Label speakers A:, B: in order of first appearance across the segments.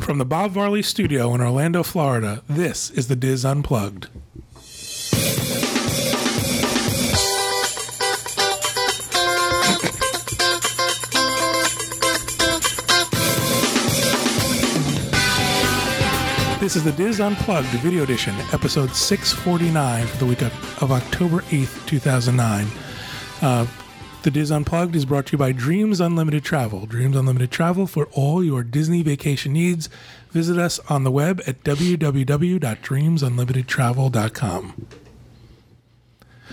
A: From the Bob Varley Studio in Orlando, Florida, this is the Diz Unplugged. This is the Diz Unplugged Video Edition, episode 649 for the week of, of October 8th, 2009. The Diz Unplugged is brought to you by Dreams Unlimited Travel. Dreams Unlimited Travel for all your Disney vacation needs. Visit us on the web at www.dreamsunlimitedtravel.com.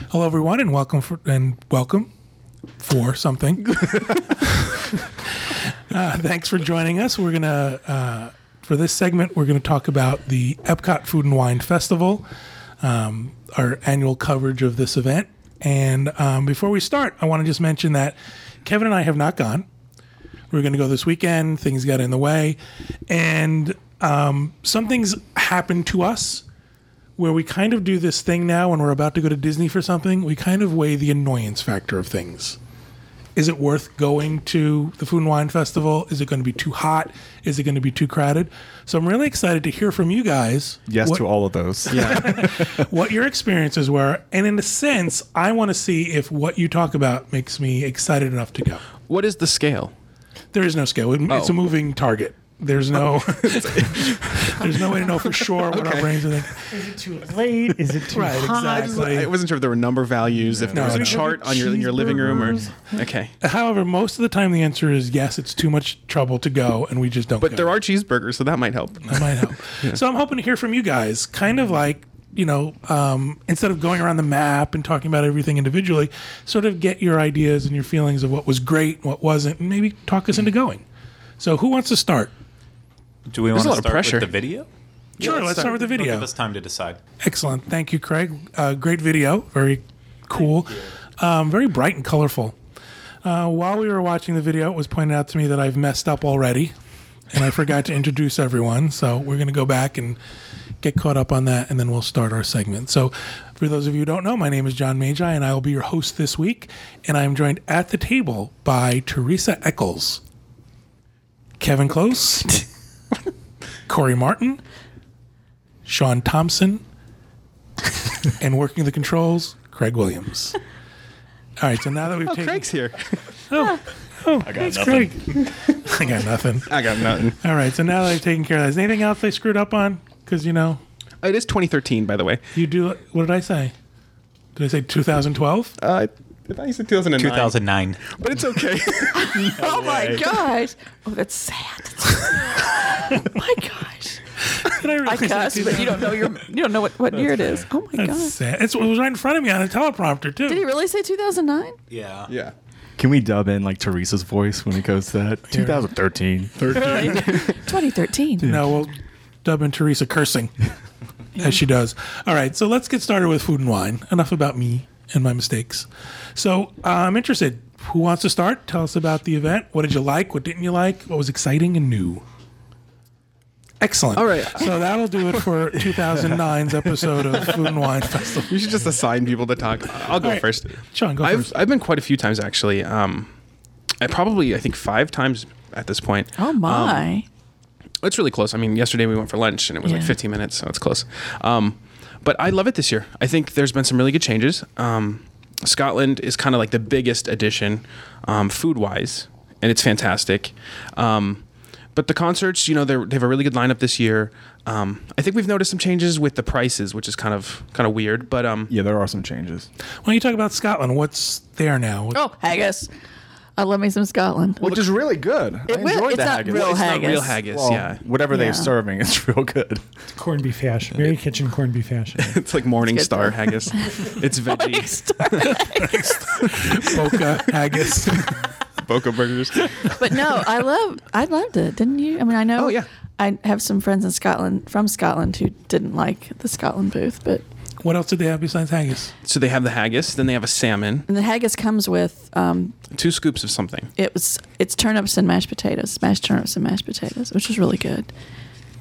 A: Hello, everyone, and welcome for and welcome for something. Uh, thanks for joining us. We're gonna uh, for this segment we're gonna talk about the Epcot Food and Wine Festival um, our annual coverage of this event. And um, before we start, I want to just mention that Kevin and I have not gone. We are going to go this weekend. Things got in the way, and um, something's happened to us where we kind of do this thing now when we're about to go to Disney for something. We kind of weigh the annoyance factor of things. Is it worth going to the Food and Wine Festival? Is it going to be too hot? Is it going to be too crowded? So I'm really excited to hear from you guys.
B: Yes
A: What-
B: to all of those. Yeah.
A: what your experiences were, and in a sense, I want to see if what you talk about makes me excited enough to go.
C: What is the scale?
A: There is no scale; It- it's a
C: Oh.
A: moving target. There's no, there's no way to know for sure what our brains are thinking.
D: too late? Is it too
A: Right,
D: hot?
A: exactly.
C: I wasn't sure if there were number values, if there was
A: No,
C: a
A: no.
C: chart on your in your living room or okay.
A: However, most of the time, the answer is yes. It's too much trouble to go, and we just don't.
C: But
A: go.
C: there are cheeseburgers, so that might help.
A: I might help. So I'm hoping to hear from you guys, kind of like you know, um, instead of going around the map and talking about everything individually, sort of get your ideas and your feelings of what was great, what wasn't, and maybe talk us into going. So who wants to start?
E: Do we
C: There's
E: want
C: a
E: to
C: lot of
E: start
C: pressure.
E: with the video?
A: Sure, let's start with the
E: Don't
A: video.
E: Give us time to decide.
A: Excellent. Thank you, Craig. Uh, great video. Very cool. Um, very bright and colorful. Uh, while we were watching the video, it was pointed out to me that I've messed up already and I forgot to introduce everyone. So we're going to go back and get caught up on that and then we'll start our segment. So, for those of you who don't know, my name is John Magi and I will be your host this week. And I'm joined at the table by Teresa Eccles, Kevin Close, Corey Martin, Sean Thompson, and working the controls, Craig Williams. All right, so now that we've
C: Oh,
A: taken
C: Craig's here.
E: I got
A: Craig. I got nothing.
C: I got nothing.
A: All right, so now that I've taken care of that, is there anything else they screwed up on? Because you know,
C: It is 2013, by the way.
A: you do. What did I say? Did I say 2012?
C: Uh, I thought you said 2009.
E: 2009.
C: But it's okay.
F: Oh my gosh. Oh, that's sad. oh my gosh.
A: Did I,
F: I
A: really say
F: cuss, but you don't know your you don't know what, what year it is. Oh my
A: 2009?
F: god.
A: That's sad. It's, it was right in front of me on a teleprompter too.
F: Did he really say 2009?
E: Yeah.
C: yeah.
B: Can we dub in like Teresa's voice when it goes to that? 2013.
F: 2013.
A: No, we'll dub in Teresa cursing as she does. All right, so let's get started with food and wine. Enough about me and my mistakes. So uh, I'm interested. Who wants to start? Tell us about the event. What did you like? What didn't you like? What was exciting and new? Excellent.
C: All right.
A: So that'll do it for 2009's episode of Food and Wine Festival.
C: You should just assign people to talk. I'll go
A: All right.
C: first.
A: Sean, go
C: I've,
A: first.
C: I've been quite a few times actually. Um, I probably I think five times at this point. Um,
F: Oh my.
C: It's really close. I mean, yesterday we went for lunch and it was like
F: Yeah.
C: 15 minutes, so it's close. Um, but I love it this year. I think there's been some really good changes. Um, Scotland is kind of like the biggest addition um, food wise, and it's fantastic. Um, but the concerts, you know, they're- they have a really good lineup this year. Um, I think we've noticed some changes with the prices, which is kind of kind of weird. But um,
B: Yeah, there are some changes.
A: Why don't you talk about Scotland? What's there now? What-
F: oh, haggis. I love me some Scotland.
B: Which is really good. I
F: will-
B: enjoyed
F: it's
B: the
F: not
B: haggis.
F: real
C: it's not real
F: haggis.
C: haggis.
B: Well,
C: yeah,
B: Whatever
F: Yeah.
B: they're serving, it's real good.
D: Corned beef hash. Mary Kitchen corned beef hash.
C: it's like Morning
F: good,
C: Star
F: though.
C: haggis. It's veggie
A: Boca, haggis.
C: Boca burgers.
F: but no, I love I loved it. Didn't you? I mean, I know
C: Oh, yeah.
F: I have some friends in Scotland from Scotland who didn't like the Scotland booth, but
A: what else did they have besides haggis?
C: So they have the haggis, then they have a salmon,
F: and the haggis comes with um,
C: two scoops of something.
F: it was it's turnips and mashed potatoes, mashed turnips and mashed potatoes, which was really good.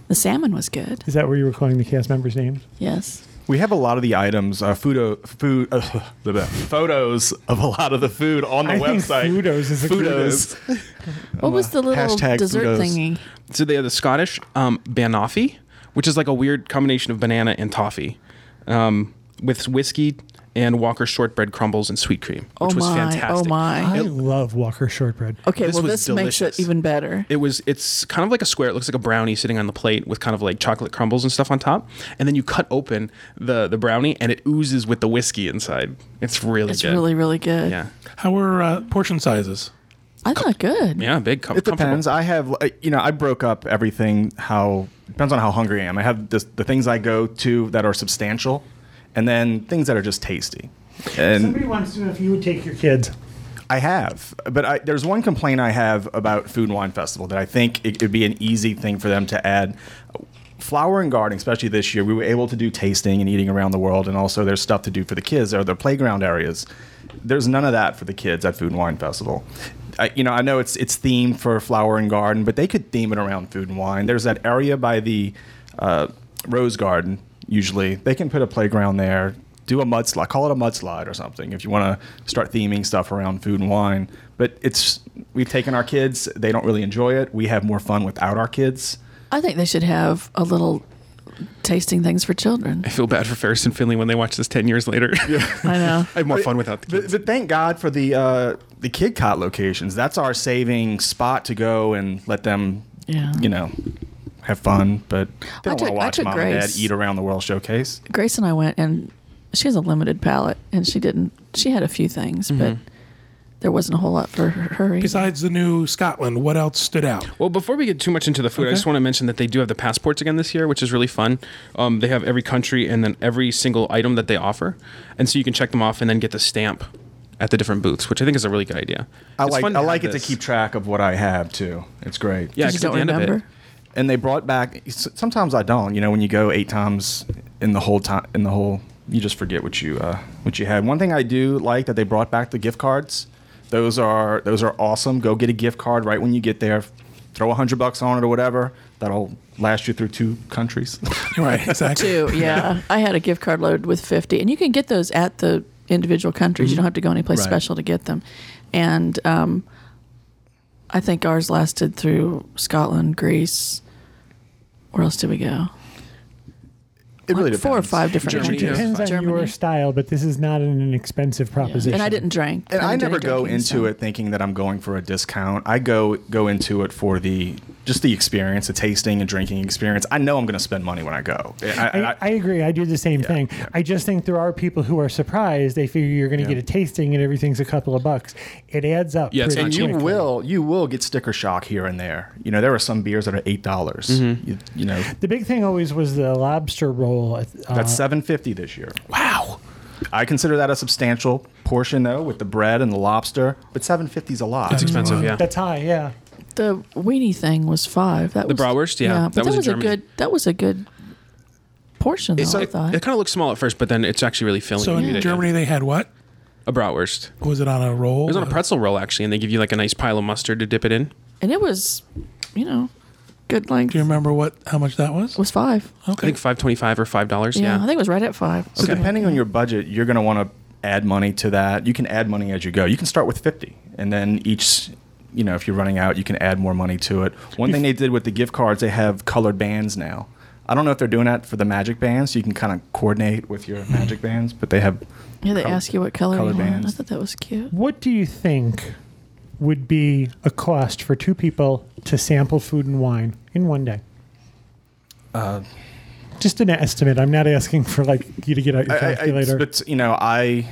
F: The salmon was good.
D: Is that where you were calling the cast members' names?
F: Yes.
B: We have a lot of the items, uh, photo, food, uh, blah, blah, photos of a lot of the food on the
D: I think
B: website.
D: Fudos is a good-
B: Fudos.
F: What was the little
B: Hashtag
F: dessert
B: Fudos.
F: thingy?
C: So they have the Scottish um, banoffee, which is like a weird combination of banana and toffee, um, with whiskey and Walker shortbread crumbles and sweet cream,
F: Oh
C: which was
F: my,
C: fantastic.
F: oh my.
D: I love Walker shortbread.
F: Okay,
C: This
F: well,
C: was
F: this makes
C: delicious.
F: it even better.
C: It was. It's kind of like a square. It looks like a brownie sitting on the plate with kind of like chocolate crumbles and stuff on top. And then you cut open the the brownie, and it oozes with the whiskey inside. It's really
F: It's
C: good.
F: really, really good.
C: yeah,
A: How were uh, portion sizes?
F: I thought good.
C: yeah, big. Com-
B: It
C: comfortable.
B: depends. I have, uh, you know, I broke up everything. How depends on how hungry I am. I have this, the things I go to that are substantial, and then things that are just tasty. And
D: Somebody wants to know if you would take your kids.
B: I have, but I, there's one complaint I have about Food and Wine Festival that I think it would be an easy thing for them to add. Flower and garden, especially this year, we were able to do tasting and eating around the world, and also there's stuff to do for the kids. There are the playground areas. There's none of that for the kids at Food and Wine Festival. I, you know, I know it's it's themed for flower and garden, but they could theme it around food and wine. There's that area by the uh, rose garden. Usually, they can put a playground there do a mudslide, call it a mudslide or something if you want to start theming stuff around food and wine. But it's we've taken our kids; they don't really enjoy it. We have more fun without our kids.
F: I think they should have a little tasting things for children.
C: I feel bad for Ferris and Finley when they watch this ten years later.
F: I know.
C: I have more fun without the kids.
B: But, but thank God for the uh, the kid cot locations. That's our saving spot to go and let them,
F: Yeah.
B: you know, have fun. But they
F: I
B: don't want
F: took-
B: to
F: I
B: watch
F: took
B: mom and dad
F: Grace.
B: eat around the world showcase.
F: Grace and I went, and she has a limited palate, and she didn't. She had a few things, but
C: Mm-hmm.
F: there wasn't a whole lot for her. her either.
A: Besides the new Scotland, what else stood out?
C: Well, before we get too much into the food, I just want to mention that they do have the passports again this year, which is really fun. Um, they have every country and then every single item that they offer, and so you can check them off and then get the stamp at the different booths, which I think is a really good idea.
B: I
C: It's
B: like
C: fun
B: I like
C: have
B: it to
C: this.
B: keep track of what I have too. It's great.
C: Yeah,
F: 'Cause
C: 'cause
F: you
C: at
F: don't
C: the end of it-
F: remember.
B: and they brought back s- sometimes i don't you know when you go eight times in the whole time in the whole you just forget what you uh, what you had one thing i do like that they brought back the gift cards those are those are awesome go get a gift card right when you get there throw a hundred bucks on it or whatever that'll last you through two countries
A: Right, exactly.
F: Two, yeah. I had a gift card loaded with 50, and you can get those at the individual countries. You don't have to go anyplace
B: Right.
F: special to get them. And um, I think ours lasted through Scotland, Greece. Where else did we go?
B: it really
F: Like four or
B: depends.
F: five different
C: Germany,
F: countries.
C: yeah.
D: Depends on your style, but this is not an inexpensive
F: Yeah.
D: proposition.
F: And I didn't drink.
B: and I
F: didn't do
B: never
F: any
B: go
F: drinking,
B: into
F: so-
B: it thinking that I'm going for a discount. I go go into it for the just the experience, the tasting and drinking experience. I know I'm going to spend money when I go. And I- and
D: I, I agree. I do the same thing. I just think there are people who are surprised. They figure you're going to get a tasting and everything's a couple of bucks. It adds up.
C: Yeah, it's
D: pretty
C: not cheap.
B: you
D: quickly.
B: will you will get sticker shock here and there you know there are some beers that are eight dollars you, you know
D: The big thing always was the lobster roll. at- Uh,
B: that's 750 this year
A: Wow.
B: i consider that a substantial portion though with the bread and the lobster but 750 is a lot
C: It's expensive, yeah.
D: that's high. Yeah.
F: The weenie thing was five. That
C: The
F: was,
C: bratwurst, yeah.
F: but
C: That
F: that,
C: was in
F: was a
C: Germany.
F: good. That was a good portion, though.
C: It's
F: I
C: like,
F: thought.
C: it kind of looks small at first, but then it's actually really filling.
A: So
C: when you
A: in
C: eat it.
A: Germany, they had what?
C: a bratwurst. It
A: Was it on a roll? Uh,
C: was on a
F: Oh.
C: pretzel roll actually, and they give you like a nice pile of mustard to dip it in.
F: and it was, you know, good length.
A: Do you remember what how much that was?
F: It was five.
C: I think five twenty five or five dollars.
F: yeah,
C: Yeah,
F: I think it was right at five.
B: so depending on your budget you're going to want to add money to that you can add money as you go you can start with 50 and then each you know if you're running out you can add more money to it one thing they did with the gift cards they have colored bands now i don't know if they're doing that for the magic bands so you can kind of coordinate with your magic bands but they have
F: Yeah, they
B: col-
F: ask you what color
B: colored
F: you want. I
B: bands.
F: thought that was cute.
D: What do you think would be a cost for two people to sample food and wine in one day? Uh, just an estimate. I'm not asking for like you to get out your
B: I- I- I-
D: calculator.
B: but you know, I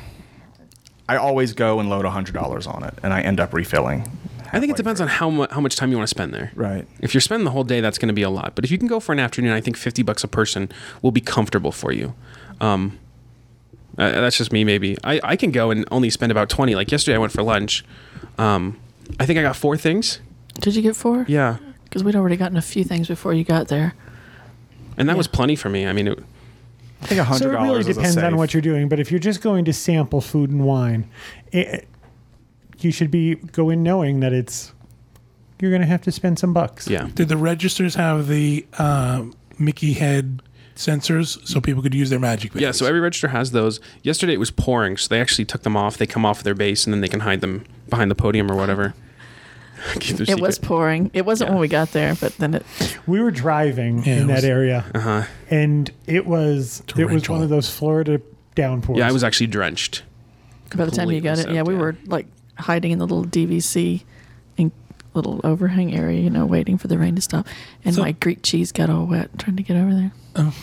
B: I always go and load hundred dollars on it, and I end up refilling.
C: I think
B: halfway
C: it depends
B: through.
C: on how mu- how much time you want to spend there.
B: Right.
C: If you're spending the whole day, that's going to be a lot. But if you can go for an afternoon, I think fifty bucks a person will be comfortable for you. Um, uh, that's just me, maybe. I, I can go and only spend about twenty. Like yesterday, I went for lunch. Um, I think I got four things.
F: Did you get four?
C: Yeah,
F: Because we'd already gotten a few things before you got there.
C: and that was plenty for me. I mean, it,
B: I think
D: so
B: hundred
D: it really
B: dollars is
D: depends
B: a safe.
D: on what you're doing. But if you're just going to sample food and wine, it, you should be go in knowing that it's you're going to have to spend some bucks.
C: yeah.
A: Did the registers have the um uh, Mickey head sensors so people could use their magic
C: Yeah,
A: bases.
C: so every register has those. Yesterday it was pouring, so they actually took them off. They come off their base, and then they can hide them behind the podium or whatever. Keep their
F: It was
C: secret.
F: pouring. It wasn't when we got there, but then it.
D: We were driving
A: Yeah, it
D: in that
A: was- Uh-huh.
D: area, and it was it was
A: Torrential.
D: one of those Florida downpours.
C: Yeah, I was actually drenched.
F: By the time
C: Completely
F: you got it, yeah,
C: soaked,
F: we
C: yeah.
F: were like hiding in the little DVC, in little overhang area, you know, waiting for the rain to stop. And
A: So-
F: my Greek cheese got all wet trying to get over there. Oh,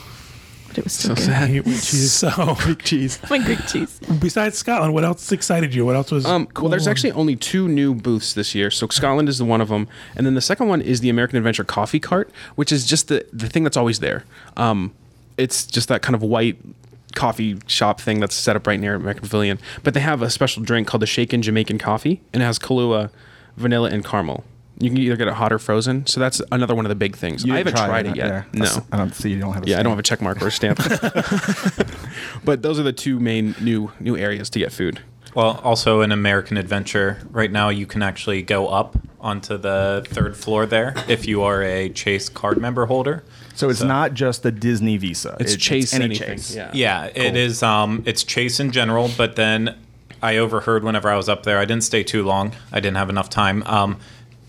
F: but it was still
C: So
F: good.
C: sad.
A: so
C: Jeez.
F: My Greek cheese.
A: besides Scotland, what else excited you? What else was
C: Um,
A: cool?
C: Well, there's
A: and-
C: actually only two new booths this year. So Scotland is the one of them, and then the second one is the American Adventure Coffee Cart, which is just the the thing that's always there. Um, it's just that kind of white coffee shop thing that's set up right near American Pavilion. But they have a special drink called the Shaken Jamaican Coffee, and it has Kahlua, vanilla, and caramel. You can either get it hot or frozen. So that's another one of the big things. I haven't
B: didn't try
C: tried it
B: not
C: yet.
B: there.
C: No.
B: I don't see. You don't have. A
C: Yeah, I don't have a
B: stamp.
C: check mark or a stamp. but those are the two main new new areas to get food.
E: Well, also in American Adventure, right now you can actually go up onto the third floor there if you are a Chase card member holder.
B: So it's not just the Disney Visa.
C: It's Chase
B: any
C: anything.
B: Chase.
C: Yeah.
E: Yeah, it is. Um, it's Chase in general, but then I overheard whenever I was up there. I didn't stay too long. I didn't have enough time. Um,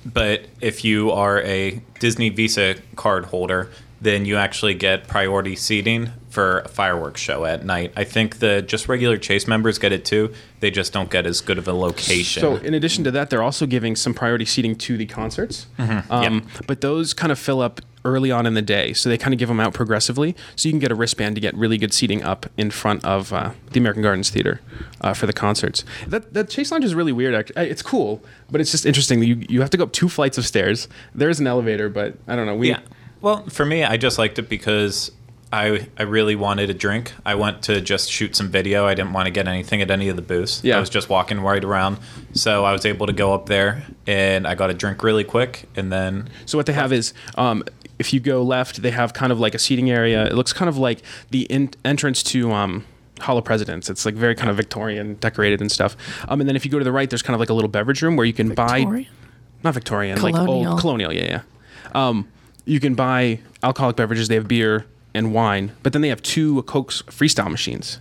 E: but if you are a Disney Visa card holder, then you actually get priority seating for a fireworks show at night. I think the just regular Chase members get it too. They just don't get as good of a location.
C: So, in addition to that, they're also giving some priority seating to the concerts. Um, But those kind of fill up early on in the day. So, they kind of give them out progressively. So, you can get a wristband to get really good seating up in front of uh, the American Gardens Theater uh, for the concerts. That, that Chase Lounge is really weird, actually. It's cool, but it's just interesting. that You, you have to go up two flights of stairs. There is an elevator, but I don't know. We,
E: Yeah. Well, for me, I just liked it because I I really wanted a drink. I went to just shoot some video. I didn't want to get anything at any of the booths.
C: Yeah.
E: I was just walking right around, so I was able to go up there and I got a drink really quick, and then
C: So what they have is, um, if you go left, they have kind of like a seating area. It looks kind of like the in- entrance to um, Hall of Presidents. It's like very kind of Victorian, decorated and stuff. Um, and then if you go to the right, there's kind of like a little beverage room where you can
F: Victorian?
C: buy, not Victorian, like
F: Colonial.
C: old colonial. Yeah, yeah. Um, you can buy alcoholic beverages. They have beer and wine, but then they have two Coke's freestyle machines.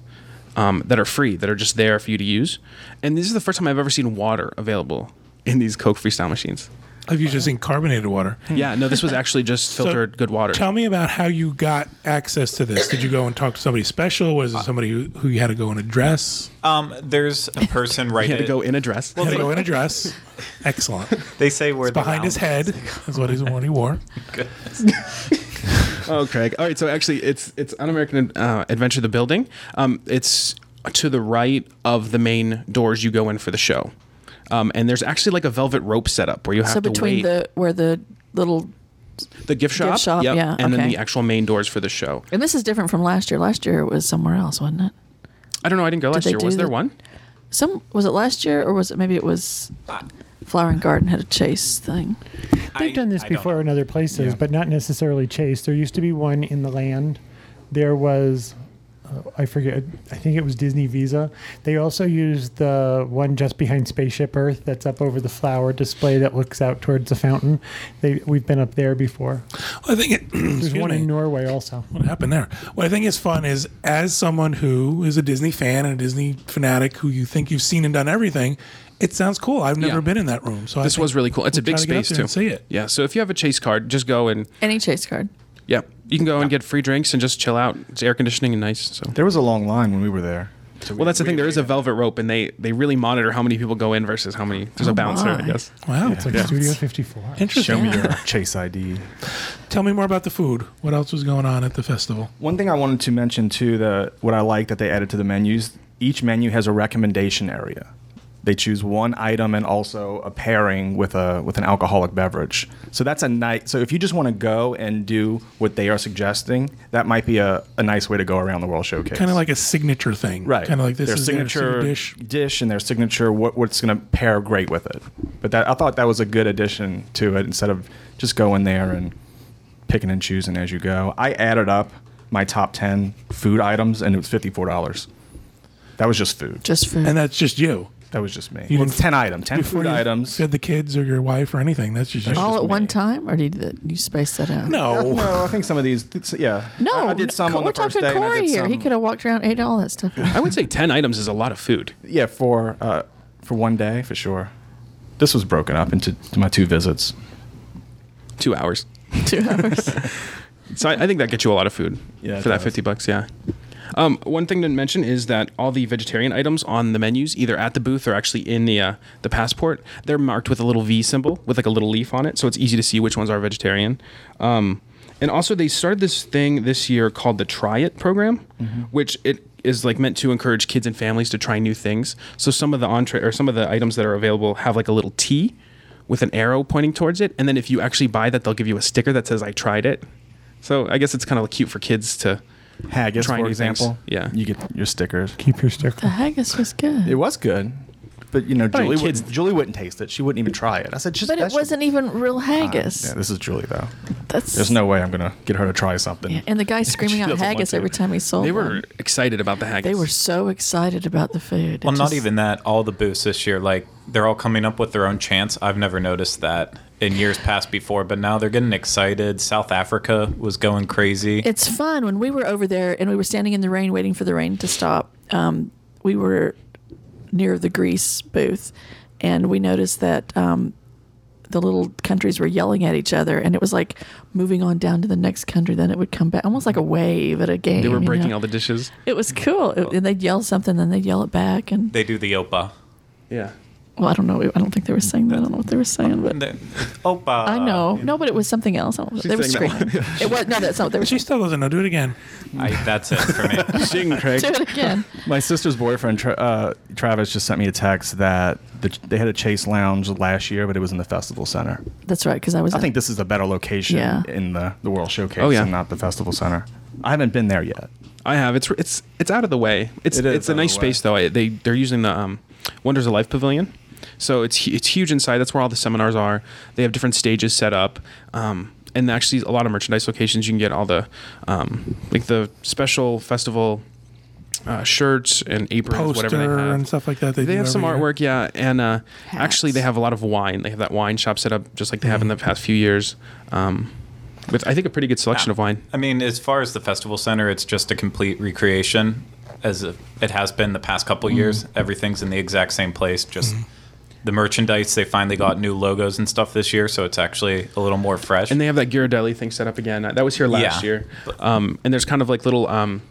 C: Um, that are free, that are just there for you to use, and this is the first time I've ever seen water available in these Coke freestyle machines.
A: I've usually seen carbonated water.
C: Yeah, no, this was actually just
A: Hmm. So,
C: filtered good water.
A: Tell me about how you got access to this. Did you go and talk to somebody special?
C: Uh,
A: Was it somebody who, who you had to go and address?
E: um, there's a person right.
C: He had to
E: at-
C: go in a dress.
A: had to go and address. Excellent.
E: They say where the
A: Behind his
E: lounge-
A: head is what, he's, what he wore.
C: oh, Craig. All right, so actually, it's it's on American uh, Adventure: The Building. Um, it's to the right of the main doors you go in for the show, um, and there's actually like a velvet rope setup where you have
F: So
C: to
F: between
C: wait.
F: the where the little
C: the gift shop,
F: shop,
C: yep,
F: yeah,
C: and then
F: okay.
C: the actual main doors for the show.
F: and this is different from last year. Last year it was somewhere else, wasn't it?
C: I don't know. I didn't go last
F: they
C: year. Was
F: do
C: there
F: the-
C: one?
F: Some was it last year or was it maybe it was Flower and Garden had a chase thing.
E: I-
D: They've done this
E: I don't
D: before
E: know.
D: in other places, but not necessarily Chase. There used to be one in the land. There was, uh, I forget, I think it was Disney Visa. They also used the one just behind Spaceship Earth that's up over the flower display that looks out towards the fountain. They, we've been up there before.
A: Well, I think it,
D: There's
A: excuse
D: one
A: me.
D: in Norway also.
A: What happened there? What I think is fun is, as someone who is a Disney fan and a Disney fanatic who you think you've seen and done everything, it sounds cool. I've never
C: Yeah.
A: been in that room, so I
C: This
A: think
C: was really cool. It's a
A: we'll
C: big
A: try to get up
C: space
A: there
C: too.
A: and See it.
C: Yeah. So if you have a Chase card, just go and
F: Any chase card.
C: yeah, you can go and get free drinks and just chill out. It's air conditioning and nice. So
B: There was a long line when we were there.
C: well, that's the thing. There is a velvet rope, and they they really monitor how many people go in versus how many. There's a bouncer,
F: Oh my.
C: I guess.
A: Wow,
D: It's like Studio 54.
A: interesting.
B: Show me your Chase ID.
A: Tell me more about the food. What else was going on at the festival?
B: One thing I wanted to mention too, the what I like that they added to the menus. Each menu has a recommendation area. They choose one item and also a pairing with a with an alcoholic beverage. So that's a nice. So if you just want to go and do what they are suggesting, that might be a, a nice way to go around the world showcase.
A: Kind of like a signature thing,
B: right.
A: Kind of like this
B: their
A: is their
B: signature
A: dish.
B: dish and their signature what what's going to pair great with it. But that I thought that was a good addition to it instead of just going there and picking and choosing as you go. I added up my top 10 food items and it was $54. That was just food.
F: Just food.
A: and that's just you.
B: That was just me.
A: You
B: Well,
A: didn't-
B: it's ten items, ten
A: Before
B: food
A: you
B: items.
A: fed the kids or your wife or anything. That's just,
B: That's
F: all
B: just
F: at one
B: me.
F: time, or did you, you space that out?
B: No,
A: no.
B: I think some of these. it's- Yeah,
F: no.
B: I, I did some
F: we're
B: on the
F: talking
B: first day. and I
F: Corey
B: did
F: here. He
B: some-
F: could have walked around, ate all that stuff.
C: I would say ten items is a lot of food.
B: Yeah, for uh, for one day for sure. This was broken up into to my two visits.
C: Two hours.
F: Two hours.
C: So I, I think that gets you a lot of food
B: Yeah, it
C: for that
B: does.
C: 50 bucks. Yeah. Um, one thing to mention is that all the vegetarian items on the menus, either at the booth or actually in the uh, the passport, they're marked with a little V symbol with like a little leaf on it, so it's easy to see which ones are vegetarian. Um, and also, they started this thing this year called the Try It program,
B: Mm-hmm.
C: which it is like meant to encourage kids and families to try new things. So some of the entree or some of the items that are available have like a little T with an arrow pointing towards it, and then if you actually buy that, they'll give you a sticker that says "I tried it." So I guess it's kind of cute for kids to.
B: Haggis,
C: Try
B: for
C: new
B: example.
C: things. Yeah.
B: you get your stickers.
D: Keep your sticker.
F: the haggis was good.
B: It was good, but you know,
C: I mean,
B: Julie
C: kids-
B: wouldn't, Julie wouldn't taste it. She wouldn't even try it. I said, just
F: but it
B: that should-
F: wasn't even real haggis.
B: Yeah, this is Julie though.
F: That's
B: There's no way I'm gonna get her to try something.
F: Yeah, and the guy screaming out
B: doesn't like
F: haggis
B: it.
F: every time he sold.
C: They were
F: one.
C: excited about the haggis.
F: Oh, They were so excited about the food. It
E: Well, not
F: just-
E: even that. All the booths this year, like they're all coming up with their own chants. I've never noticed that in years past before, but now they're getting excited. South Africa was going crazy.
F: It's fun when we were over there and we were standing in the rain waiting for the rain to stop. Um, we were near the grease booth, and we noticed that um, the little countries were yelling at each other, and it was like moving on down to the next country. Then it would come back, almost like a wave at a game.
C: They were breaking all
F: all
C: the dishes.
F: It was cool, It- and they'd yell something, then they'd yell it back, and
E: they do the opa.
C: Yeah.
F: well, I don't know. I don't think they were saying that. I don't know what they were saying, but.
E: And they- Opa.
F: I know. No, but it was something else. I don't, they were
C: saying
F: screaming.
C: that
F: it was no, that's not what they were.
A: She still doesn't know. Do it again.
E: I, that's it for me.
B: Sing, Craig.
F: Do it again.
B: My sister's boyfriend, Tra- uh, Travis, just sent me a text that the, they had a Chase Lounge last year, but it was in the festival center.
F: That's right, because I was.
B: I think this is a better location
F: Yeah.
B: in the, the World Showcase
C: Oh, yeah.
B: and not the festival center. I haven't been there yet.
C: I have. It's it's it's out of the way. It's
B: It is
C: it's
B: out
C: a
B: of
C: nice
B: the way.
C: space though. I, they they're using the um, Wonders of Life Pavilion, so it's hu- it's huge inside. That's where all the seminars are. They have different stages set up, um, and actually a lot of merchandise locations. You can get all the um, like the special festival uh, shirts and aprons, whatever they
A: Poster
C: have.
A: and stuff like that. They,
C: they
A: do
C: have some
A: every year.
C: artwork, yeah, and uh, actually they
F: Hats.
C: have a lot of wine. They have that wine shop set up just like they have in the past few years, um, with I think a pretty good selection of wine.
E: I mean, as far as the festival center, it's just a complete recreation as it it has been the past couple years. Everything's in the exact same place. Just the merchandise, they finally got new logos and stuff this year, so it's actually a little more fresh.
C: And they have that Ghirardelli thing set up again. That was here last
E: Yeah.
C: year. Um, and there's kind of like little, um,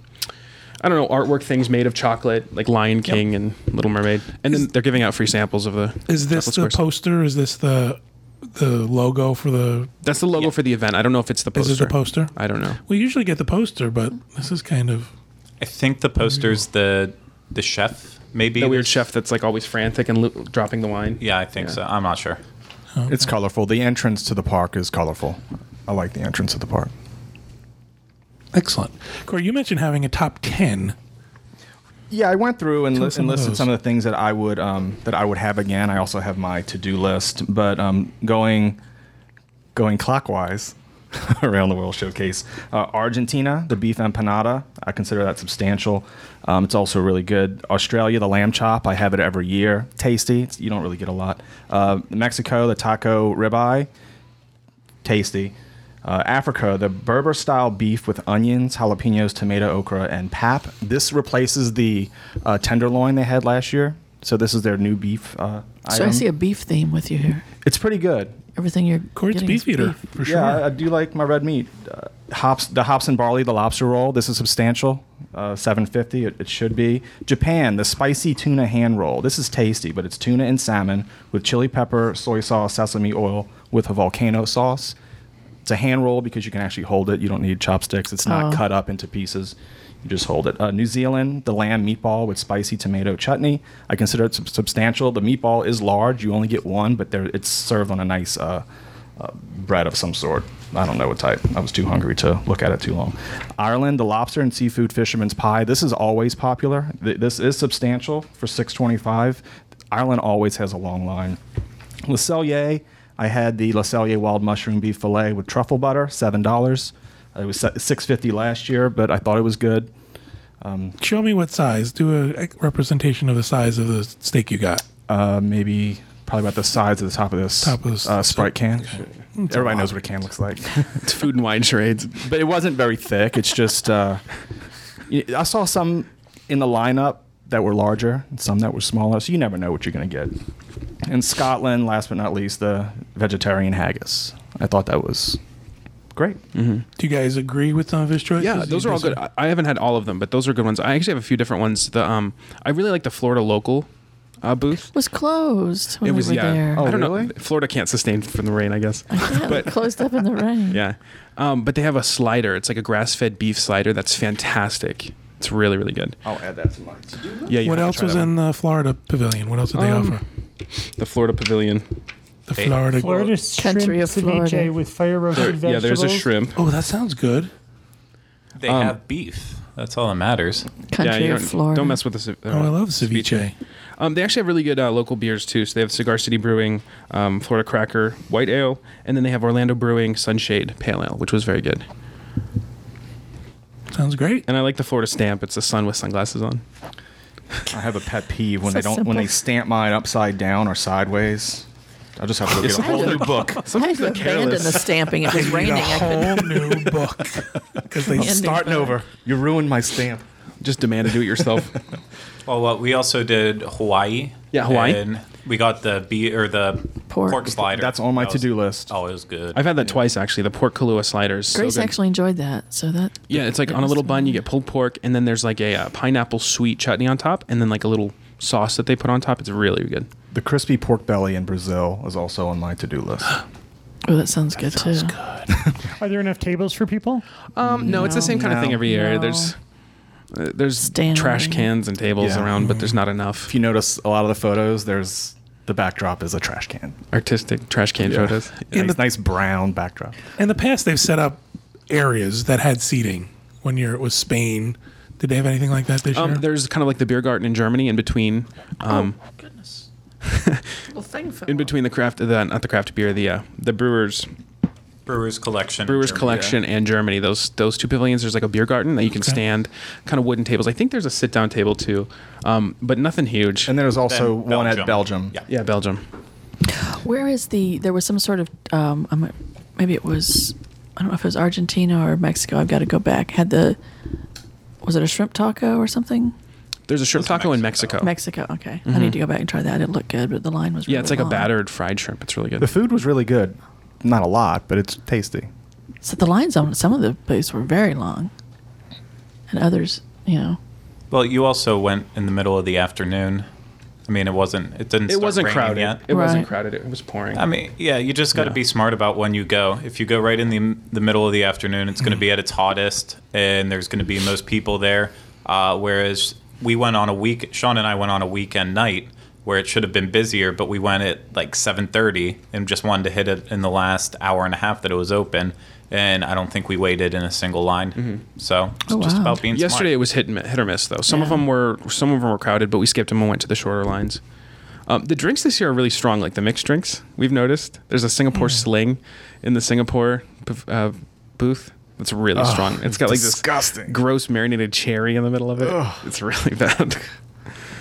C: I don't know, artwork things made of chocolate, like Lion King and Little Mermaid. And then they're giving out free samples of the.
A: Is this
C: chocolate
A: the
C: squares.
A: poster? Is this the the logo for the?
C: That's the logo for the event. I don't know if it's the
A: Is
C: poster.
A: this the poster?
C: I don't know.
A: We usually get the poster, but this is kind of.
E: I think the poster's the the chef, maybe
C: The weird chef that's like always frantic and lo- dropping the wine.
E: Yeah, I think so. I'm not sure.
B: It's colorful. The entrance to the park is colorful. I like the entrance to the park.
A: Excellent. Corey, you mentioned having a top 10.
B: Yeah, I went through and,
A: Tell
B: li-
A: us some
B: and
A: of
B: listed
A: those.
B: some of the things that I would um, that I would have again. I also have my to do list, but um, going going clockwise around the World Showcase, uh, Argentina, the beef empanada, I consider that substantial. Um, it's also really good. Australia, the lamb chop, I have it every year. Tasty. It's, you don't really get a lot. Uh, Mexico, the taco ribeye, tasty. Uh, Africa, the Berber style beef with onions, jalapenos, tomato, okra, and pap. This replaces the uh, tenderloin they had last year. So this is their new beef uh,
F: so
B: item.
F: I see a beef theme with you here.
B: it's pretty good.
F: Everything you're.
A: Corey's
F: getting
A: beef
F: is
A: eater,
F: beef.
A: for sure.
B: Yeah, I, I do like my red meat. Uh, hops, the hops and barley, the lobster roll. This is substantial. Uh, 750. It, it should be. Japan, the spicy tuna hand roll. This is tasty, but it's tuna and salmon with chili pepper, soy sauce, sesame oil with a volcano sauce. It's a hand roll because you can actually hold it. You don't need chopsticks. It's not
F: Oh.
B: cut up into pieces. You just hold it. Uh, New Zealand, the lamb meatball with spicy tomato chutney. I consider it sub- substantial. The meatball is large. You only get one, but there, it's served on a nice uh, uh, bread of some sort. I don't know what type. I was too hungry to look at it too long. Ireland, the lobster and seafood fisherman's pie. This is always popular. Th- this is substantial for 625. Ireland always has a long line. Le Cellier, I had the Le Cellier wild mushroom beef fillet with truffle butter, seven dollars. It was six fifty last year, but I thought it was good.
A: Show me what size. Do a representation of the size of the steak you got.
B: Uh, maybe probably about the size of the top of this,
A: Top of this-
B: uh, Sprite can. Everybody knows what a can looks like.
C: It's food and wine charades.
B: but it wasn't very thick. It's just uh, y- I saw some in the lineup that were larger and some that were smaller. So you never know what you're going to get. In Scotland, last but not least, the vegetarian haggis. I thought that was great.
A: Do you guys agree with some of his choices?
C: Yeah,
A: Do
C: those
A: you
C: are all
A: disagree?
C: good. I I haven't had all of them, but those are good ones. I actually have a few different ones. The um, I really like the Florida local uh, booth.
F: was closed when
C: it was
F: we were
C: yeah.
F: Oh, there.
A: Oh,
C: I don't
B: really?
C: know. Florida can't sustain from the rain, I guess.
F: Yeah,
C: but-
F: closed up in the rain.
C: Yeah, um, but they have a slider. It's like a grass-fed beef slider. That's fantastic. It's really really good.
B: I'll add that to mine.
C: Yeah. you
A: What
C: have to
A: else
C: try
A: was
C: that one.
A: in the Florida pavilion? What else did they
C: Um,
A: offer?
C: the Florida Pavilion?
A: The
E: Hey,
A: Florida.
D: Florida
F: Country
D: shrimp
F: of Florida.
D: ceviche with fire roasted
C: yeah,
D: vegetables.
C: there's a shrimp.
A: Oh, that sounds good.
E: They
C: Um,
E: have beef. That's all that matters.
C: Yeah,
F: Country
C: you
F: of
C: don't-
F: Florida.
C: Don't mess with the. uh,
A: Oh, I love ceviche.
C: Um, they actually have really good uh, local beers too. So they have Cigar City Brewing, um, Florida Cracker, White Ale, and then they have Orlando Brewing Sunshade Pale Ale, which was very good.
A: Sounds great.
C: And I like the Florida stamp. It's the sun with sunglasses on.
B: I have a pet peeve when
F: So
B: they don't when they
F: simple.
B: stamp mine upside down or sideways. I just have to go get a whole new book.
F: I had to abandon the stamping. It was
A: Need
F: raining.
A: a
F: I couldn't.
A: whole new book because they
F: Ending
A: start
F: book.
A: over.
B: You ruined my stamp.
C: Just demand to do it yourself.
E: Well, uh, we also did Hawaii.
C: Yeah, Hawaii.
E: And we got the bee or the
F: Pork.
E: pork, slider.
B: That's on my
E: That was-
B: to-do list.
E: Oh, it was good.
C: I've had that twice actually. The pork Kahlua sliders. so
F: Grace
C: good.
F: actually enjoyed that. So that
C: Yeah, it's like
F: that
C: on a
F: was
C: little
F: good.
C: bun. You get pulled pork, and then there's like a uh, pineapple sweet chutney on top, and then like a little sauce that they put on top. It's really good.
B: The crispy pork belly in Brazil is also on my to-do list.
F: Oh, that sounds good too.
D: Are there enough tables for people?
C: Um, no, it's the same kind of
B: No.
C: thing every year.
F: No.
C: There's uh, there's
F: Stanley.
C: trash cans and tables
B: Yeah.
C: around, but there's not enough
B: If you notice a lot of the photos, there's the backdrop is a trash can.
C: artistic trash can photos.
B: Nice,
A: In the-
B: nice brown backdrop.
A: In the past, they've set up areas that had seating. When you're, it was Spain, did they have anything like that this
C: Um,
A: year?
C: there's kind of like the beer garden in Germany in between, um,
F: Oh, goodness. well, thing fell
C: in
F: off.
C: between the craft, the, not the craft beer, the uh, the brewers
E: Brewers Collection.
C: Brewers
E: Germany.
C: Collection and Germany. Those those two pavilions. There's like a beer garden that you can stand, kind of wooden tables. I think there's a sit down table too, um, but nothing huge.
B: And there's
E: Then
B: also one at Belgium.
E: Yeah.
C: yeah, Belgium.
F: Where is the? There was some sort of. Um, I'm- maybe it was. I don't know if it was Argentina or Mexico. I've got to go back. Had the. Was it a shrimp taco or something?
C: There's a shrimp
E: Those are
C: taco in
E: Mexico.
C: Mexico.
F: Mexico. Okay, I need to go back and try that. It looked good, but the line
C: Oh.
F: was.
C: Mm-hmm. Yeah,
F: really
C: it's like a
F: long.
C: battered fried shrimp. It's really
B: The
C: good.
B: food was really good. Not a lot, but it's tasty.
F: So the lines on some of the booths were very long, and others, you know,
E: Well, you also went in the middle of the afternoon. I mean, it wasn't. It didn't.
C: It
E: start
C: wasn't
E: raining
C: crowded.
E: yet.
C: It wasn't
F: Right.
C: crowded. It was pouring.
E: I mean, yeah, you just got to
C: Yeah.
E: be smart about when you go. If you go right in the the middle of the afternoon, it's going to be at its hottest, and there's going to be most people there. Uh, whereas we went on a week, Sean and I went on a weekend night where it should have been busier, but we went at like 7:30 and just wanted to hit it in the last hour and a half that it was open. And I don't think we waited in a single line. So it's
F: Oh,
E: just
F: wow.
E: about being
C: Mm-hmm. Yesterday it
E: smart.
C: was hit and mi- hit or miss though. Some of
F: Yeah.
C: them were some of them were crowded, but we skipped them and went to the shorter lines. Um, the drinks this year are really strong, like the mixed drinks. We've noticed there's a Singapore sling in the Singapore p- uh, booth. That's really strong. It's got like
B: disgusting.
C: this gross marinated cherry in the middle of it. It's really bad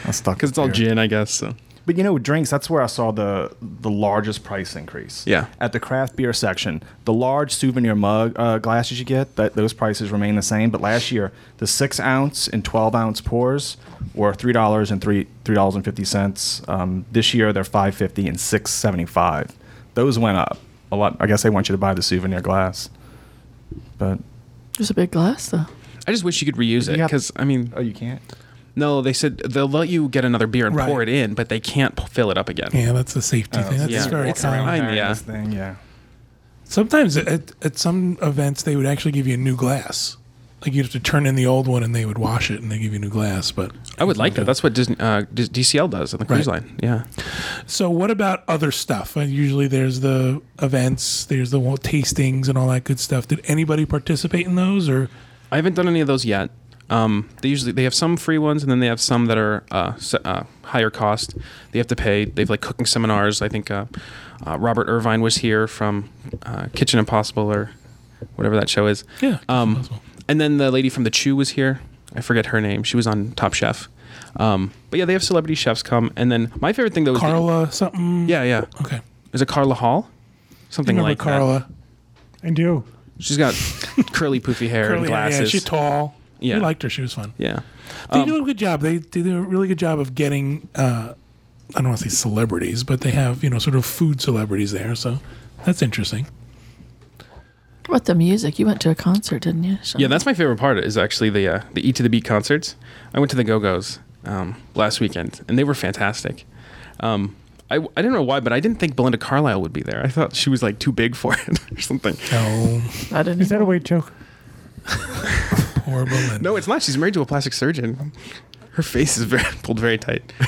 B: I'm stuck
C: because it's all
B: here.
C: gin, I guess. So.
B: But you know, with drinks, that's where I saw the the largest price increase.
C: Yeah.
B: At the craft beer section, the large souvenir mug uh, glasses you get, that those prices remain the same. But last year, the six ounce and twelve ounce pours were three dollars and three three dollars and fifty cents. Um, this year, they're five fifty and six seventy five. Those went up a lot. I guess they want you to buy the souvenir glass. But
F: it was a big glass though.
C: I just wish you could reuse it
B: Yeah.
C: because I mean,
B: oh, you can't.
C: no, they said they'll let you get another beer and
A: Right.
C: pour it in, but they can't p- fill it up again.
A: yeah, that's a safety
B: Oh,
A: thing. That's
C: Oh, yeah.
A: very
C: Walking around
A: common.
C: I-
B: carrying
C: yeah.
B: this Thing, yeah.
A: Sometimes at, at some events, they would actually give you a new glass. Like you'd have to turn in the old one and they would wash it and they give you a new glass. But
C: I would like that. That's what Disney, uh, D- DCL does on the cruise
A: Right.
C: line. Yeah.
A: So, what about other stuff? Uh, usually, there's the events, there's the wa- tastings, and all that good stuff. Did anybody participate in those, or
C: I haven't done any of those yet. Um, they usually they have some free ones, and then they have some that are uh, se- uh, higher cost. They have to pay. They've like cooking seminars. I think uh, uh, Robert Irvine was here from uh, Kitchen Impossible or whatever that show is.
A: Yeah, Kitchen
C: Um,
A: Impossible.
C: and then the lady from the Chew was here. I forget her name. She was on Top Chef. Um, but yeah, they have celebrity chefs come, and then my favorite thing that was the-
A: Carla something.
C: yeah, yeah.
A: Okay.
C: Is it Carla Hall?
A: I
C: Something
A: remember
C: like that.
A: Carla.
D: I do.
C: She's got curly, poofy hair
A: Curly hair,
C: and glasses.
A: Yeah, she's tall.
C: Yeah.
A: We liked her. She was fun.
C: Yeah.
A: They
C: Um,
A: do a good job. They, they do a really good job of getting, uh, I don't want to say celebrities, but they have, you know, sort of food celebrities there. So that's interesting.
F: What about the music? You went to a concert, didn't you? Sean?
C: Yeah, that's my favorite part is actually the uh, the E to the Beat concerts. I went to the Go Go's um, last weekend, and they were fantastic. Um, I, I didn't know why, but I didn't think Belinda Carlisle would be there. I thought she was like too big for it or something.
A: Oh,
F: I didn't.
D: Is that a weight joke?
A: poor Belinda.
C: No, it's not. She's married to a plastic surgeon. Her face is very pulled very tight.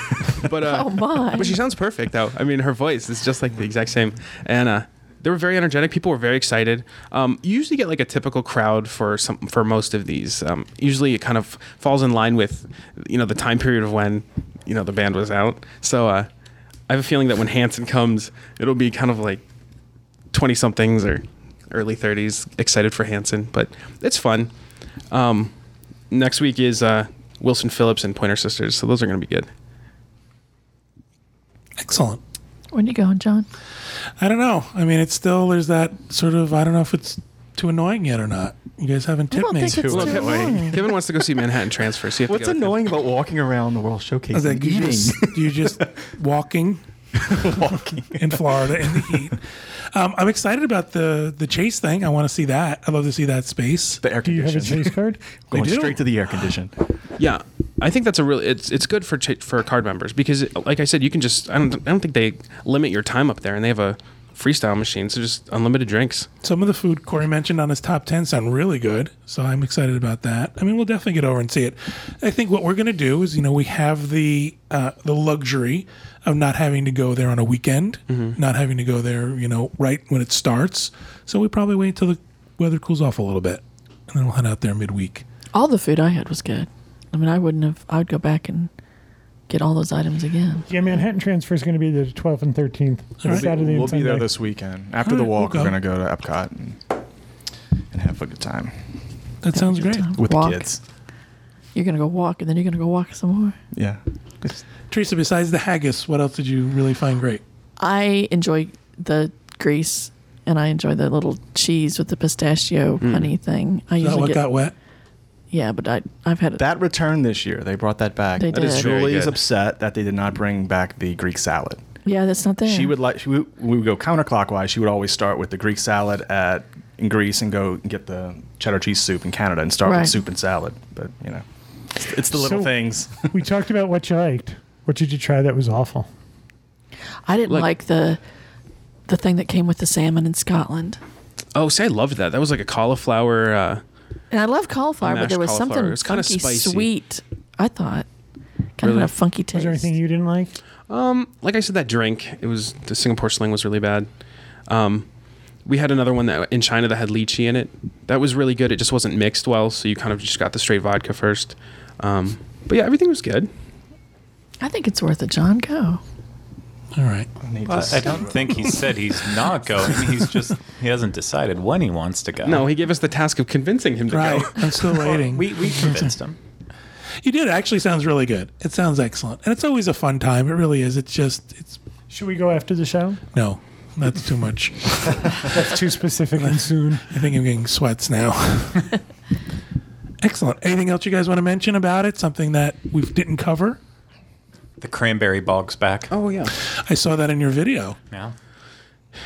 C: But uh,
F: Oh, my.
C: But she sounds perfect though. I mean, her voice is just like the exact same. And uh, they were very energetic. People were very excited. Um, you usually get like a typical crowd for some for most of these. Um, usually, it kind of falls in line with you know the time period of when you know the band was out. So uh, I have a feeling that when Hanson comes, it'll be kind of like 20 somethings or early 30s excited for Hanson, but it's fun. Um, next week is uh, Wilson Phillips and Pointer Sisters, so those are going to be good.
A: Excellent.
F: When you going, John?
A: I don't know. I mean, it's still, there's that sort of, I don't know if it's too annoying yet or not. You guys haven't
F: I
A: tipped
F: don't
A: me.
F: think it's
B: Who
F: too
B: am I?
F: long.
C: Kevin wants to go see Manhattan Transfer. So you have
B: What's
C: to go with him.
B: annoying about walking around the world
A: I was
B: showcasing
A: like, you
B: eating?
A: just, you just walking
B: walking.
A: in Florida in the heat. Um, I'm excited about the the chase thing. I want to see that. I love to see that space.
B: The air
D: Do you have a
B: condition.
D: chase card?
B: Going
A: do?
B: straight to the air condition.
C: Yeah, I think that's a really it's it's good for ch- for card members because like I said, you can just I don't I don't think they limit your time up there, and they have a freestyle machine, so just unlimited drinks.
A: Some of the food Corey mentioned on his top 10 sound really good. So I'm excited about that. I mean, we'll definitely get over and see it. I think what we're going to do is, you know, we have the uh, the luxury of not having to go there on a weekend,
F: Mm-hmm.
A: not having to go there, you know, right when it starts. So we probably wait until the weather cools off a little bit and then we'll head out there midweek.
F: All the food I had was good. I mean, I wouldn't have. I'd go back and get all those items again.
D: Yeah, Manhattan Transfer is going to be the 12th and 13th.
A: All right.
D: Saturday and
B: we'll
D: Sunday.
B: be there this weekend. After
A: All
B: the
A: right, we'll
B: walk, we're
A: go.
B: going to go to Epcot and, and have a good time
A: That sounds great.
B: with
F: walk.
B: the kids.
F: You're gonna go walk, and then you're gonna go walk some more.
B: Yeah.
A: Teresa, besides the haggis, what else did you really find great?
F: I enjoy the grease, and I enjoy the little cheese with the pistachio
C: Mm.
F: honey thing. I
A: Is that
F: usually
A: what
F: get,
A: got wet?
F: yeah, but I I've had it.
B: That returned this year. They brought that back.
F: They
B: That is
F: did.
C: Very
B: Julie's
C: good.
B: upset that they did not bring back the Greek salad.
F: yeah, that's not there.
B: She would like she would, we would go counterclockwise. She would always start with the Greek salad at in Greece and go and get the cheddar cheese soup in Canada and start
F: Right.
B: with soup and salad. But you know, it's, it's the little
D: So-
B: things.
D: we talked about what you liked. What did you try that was awful?
F: I didn't
C: Like-
F: like, the the thing that came with the salmon in Scotland.
C: Oh, see, I loved that. That was like a cauliflower. Uh,
F: And I love cauliflower, but
C: Mashed
F: there was
C: cauliflower.
F: something
C: It was kinda
F: kind of
C: spicy.
F: sweet. I thought kind
C: Really?
F: of a funky taste.
D: Was there anything you didn't like?
C: like I said, that drink. It was the Singapore Sling was really bad. Um, we had another one that in China that had lychee in it. That was really good. It just wasn't mixed well, so you kind of just got the straight vodka first. Um, but yeah, everything was good.
F: I think it's worth it, John. Go.
A: All right.
B: I need
E: Well,
B: to
E: I don't think he said he's not going. He's just he hasn't decided when he wants to go.
C: No, he gave us the task of convincing him to
A: Right.
C: go.
A: I'm still waiting.
E: we we convinced him.
A: You did. It actually sounds really good. It sounds excellent. And it's always a fun time. It really is. It's just, it's,
D: Should we go after the show?
A: no, that's too much.
D: That's too specific and soon.
A: I think I'm getting sweats now. excellent. Anything else you guys want to mention about it? Something that we didn't cover?
E: The cranberry bog's back.
C: Oh yeah.
A: I saw that in your video.
E: Yeah.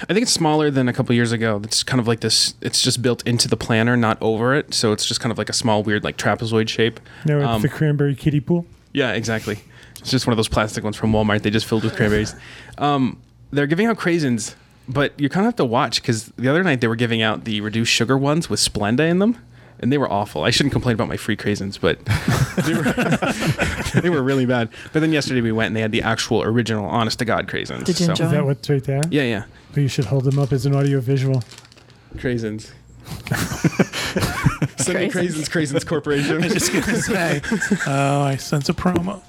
C: I think it's smaller than a couple years ago. It's kind of like this. It's just built into the planner, not over it. So it's just kind of like a small, weird, like trapezoid shape.
D: No, it's
C: Um,
D: the cranberry kiddie pool.
C: Yeah, exactly. It's just one of those plastic ones from Walmart. They just filled with cranberries. Um, they're giving out craisins, but you kind of have to watch because the other night they were giving out the reduced sugar ones with Splenda in them, and they were awful. I shouldn't complain about my free craisins, but they were, they were really bad. But then yesterday we went and they had the actual original, honest to God craisins.
F: Did you
C: So-
F: enjoy
B: uh-huh.
D: Is that what's right there?
C: Yeah, yeah,
D: Or you should hold them up as an audio visual.
C: craisins. Send me craisins,
F: Craisins.
C: craisins corporation.
A: Just going to say, oh, I sense a promo.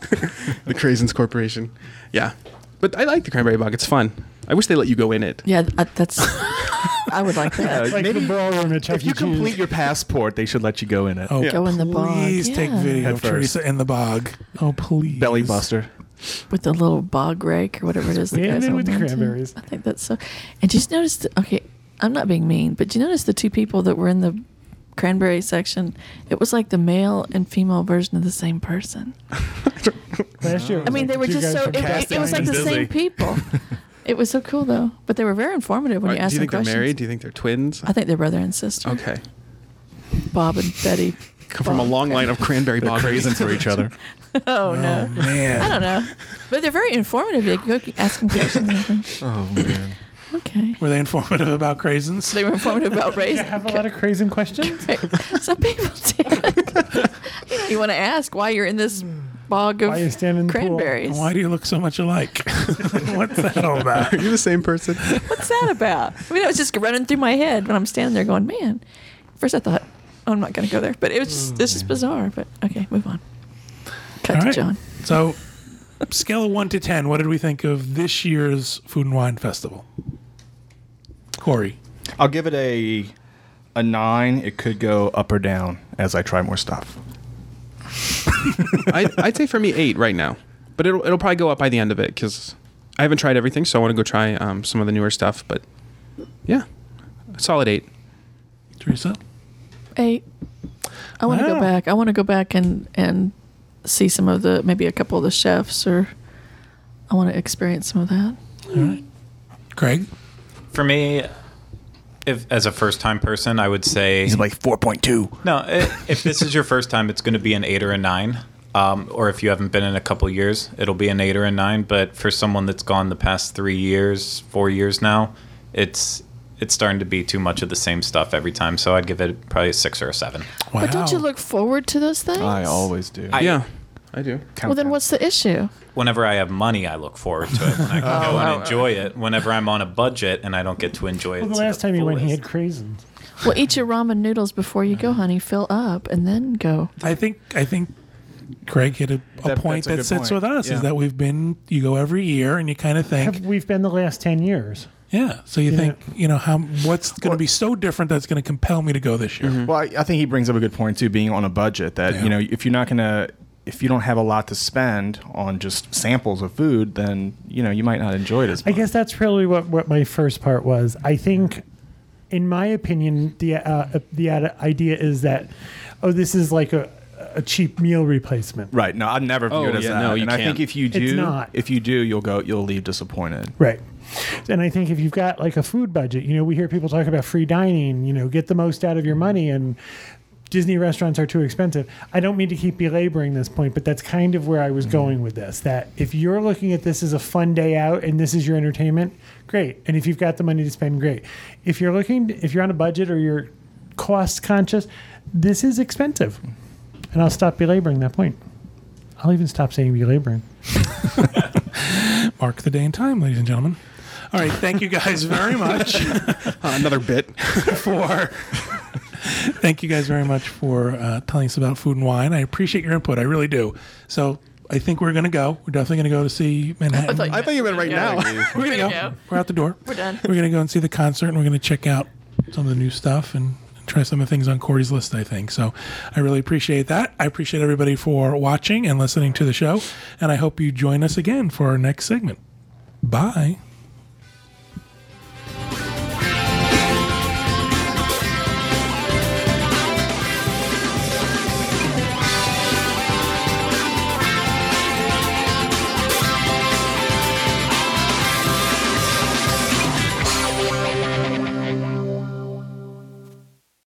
C: the Craisins Corporation. Yeah, but I like the cranberry bog. It's fun. I wish they let you go in it.
F: Yeah, that- that's. I would like that.
D: Like
B: Uh, Maybe
D: the ballroom at Chuck
B: if
D: E.
B: you complete
D: Cheese.
B: your passport, they should let you go in it.
A: Oh,
F: Go in the bog.
A: please
F: yeah.
A: take video
B: Head
A: of
B: first.
A: Teresa in the bog. Oh, please.
B: Belly buster.
F: with the little bog rake or whatever it is. The
D: Yeah, and
F: guys
D: then
F: all
D: with the
F: went to.
D: cranberries.
F: I think that's so. And just notice. The, okay, I'm not being mean, but do you notice the two people that were in the cranberry section? It was like the male and female version of the same person.
D: Last year, it
F: I
D: was
F: mean,
D: like
F: they
D: the
F: were
D: two
F: just
D: guys
F: so.
D: from
F: It, it, it was like the
D: Palestine.
F: same people. it was so cool though, but they were very informative when
C: Are-
F: you
C: do you
F: asked them
C: think
F: questions.
C: they're married? Do you think they're twins?
F: I think they're brother and sister.
C: okay.
F: Bob and Betty.
C: Come from a
F: Bob.
C: long line of cranberry
B: They're
C: bog
B: crazy for each other.
F: Oh
A: Oh,
F: no.
A: man.
F: I don't know, but they're very informative. They go ask them questions. and everything.
B: Oh man.
F: Okay,
A: Were they informative about craisins?
F: they were informative about race.
D: I have a lot of crazy questions.
F: Some people do. you know, you want to ask why you're in this bog
D: Why you
F: of
D: stand in the pool?
F: cranberries.
A: Why do you look so much alike? What's that all about?
C: Are you the same person?
F: What's that about? I mean, that was just running through my head when I'm standing there going, man. First, I thought, oh, I'm not going to go there, but it was just, this is bizarre. But okay, move on.
A: Mm.
F: Cut
A: All
F: to
A: right.
F: John.
A: So, scale of one to ten, what did we think of this year's Food and Wine Festival? Corey,
B: I'll give it a a nine. It could go up or down as I try more stuff.
C: I, I'd say for me eight right now, but it'll it'll probably go up by the end of it because I haven't tried everything, so I want to go try um, some of the newer stuff. But yeah, a solid eight.
A: Teresa,
F: Eight. I want to
A: Wow.
F: go back. I want to go back and and see some of the maybe a couple of the chefs or I want to experience some of that.
A: Craig,
E: For me, if as a first time person, I would say
B: He's like four point two.
E: no. i- If this is your first time, it's going to be an eight or a nine. Um, or if you haven't been in a couple years, it'll be an eight or a nine. But for someone that's gone the past three years, four years now, it's it's starting to be too much of the same stuff every time. So I'd give it probably a six or a seven.
A: wow.
F: But don't you look forward to those things?
B: I always do.
E: I-
C: Yeah, I do.
F: Well, then what's the issue?
E: Whenever I have money, I look forward to it. And I can go and enjoy it. Whenever I'm on a budget and I don't get to enjoy it.
D: Well, the
E: to
D: last time you went, he
E: fullest.
D: had craisins.
F: Well, eat your ramen noodles before you go, honey. Fill up and then go.
A: I think I think Craig hit a, a
B: That-
A: point
B: that's a
A: that
B: good
A: sits
B: point.
A: with us
B: Yeah.
A: is that we've been you go every year and you kind of think
D: Have- We've been the last 10 years.
A: yeah so you
D: Yeah.
A: think you know how what's going to be so different that's going to compel me to go this
F: Mm-hmm.
A: year
B: Well, I, I think he brings up a good point too, being on a budget. That
A: Yeah.
B: you know, if you're not gonna, if you don't have a lot to spend on just samples of food, then you know you might not enjoy it as
D: I
B: much.
D: guess that's really what, what my first part was. I think, in my opinion, the uh, the ad- idea is that, oh, this is like a, a cheap meal replacement.
B: Right? No, I'd never view
C: Oh,
B: it as
C: yeah,
B: that.
C: no, you
B: and I
C: can't.
B: think if you do,
D: not.
B: if you do, you'll go, you'll leave disappointed.
D: Right. And I think if you've got like a food budget, you know, we hear people talk about free dining, you know, get the most out of your money and Disney restaurants are too expensive. I don't mean to keep belaboring this point, but that's kind of where I was going with this. That if you're looking at this as a fun day out and this is your entertainment, great. And if you've got the money to spend, great. If you're looking if you're on a budget or you're cost conscious, this is expensive. And I'll stop belaboring that point. I'll even stop saying belaboring.
A: mark the day and time ladies and gentlemen all right thank you guys very much
C: Uh, another bit.
A: for. Thank you guys very much for uh, telling us about food and wine. I appreciate your input. I really do. So I think we're going to go. We're definitely going to go to see Manhattan.
C: I thought you meant right now.
A: we're going to
F: We're
A: go.
F: gonna go.
A: We're out the door. We're
F: done.
A: We're going to go and see the concert and we're going to check out some of the new stuff and try some of the things on Corey's list, I think. So I really appreciate that. I appreciate everybody for watching and listening to the show. And I hope you join us again for our next segment. Bye.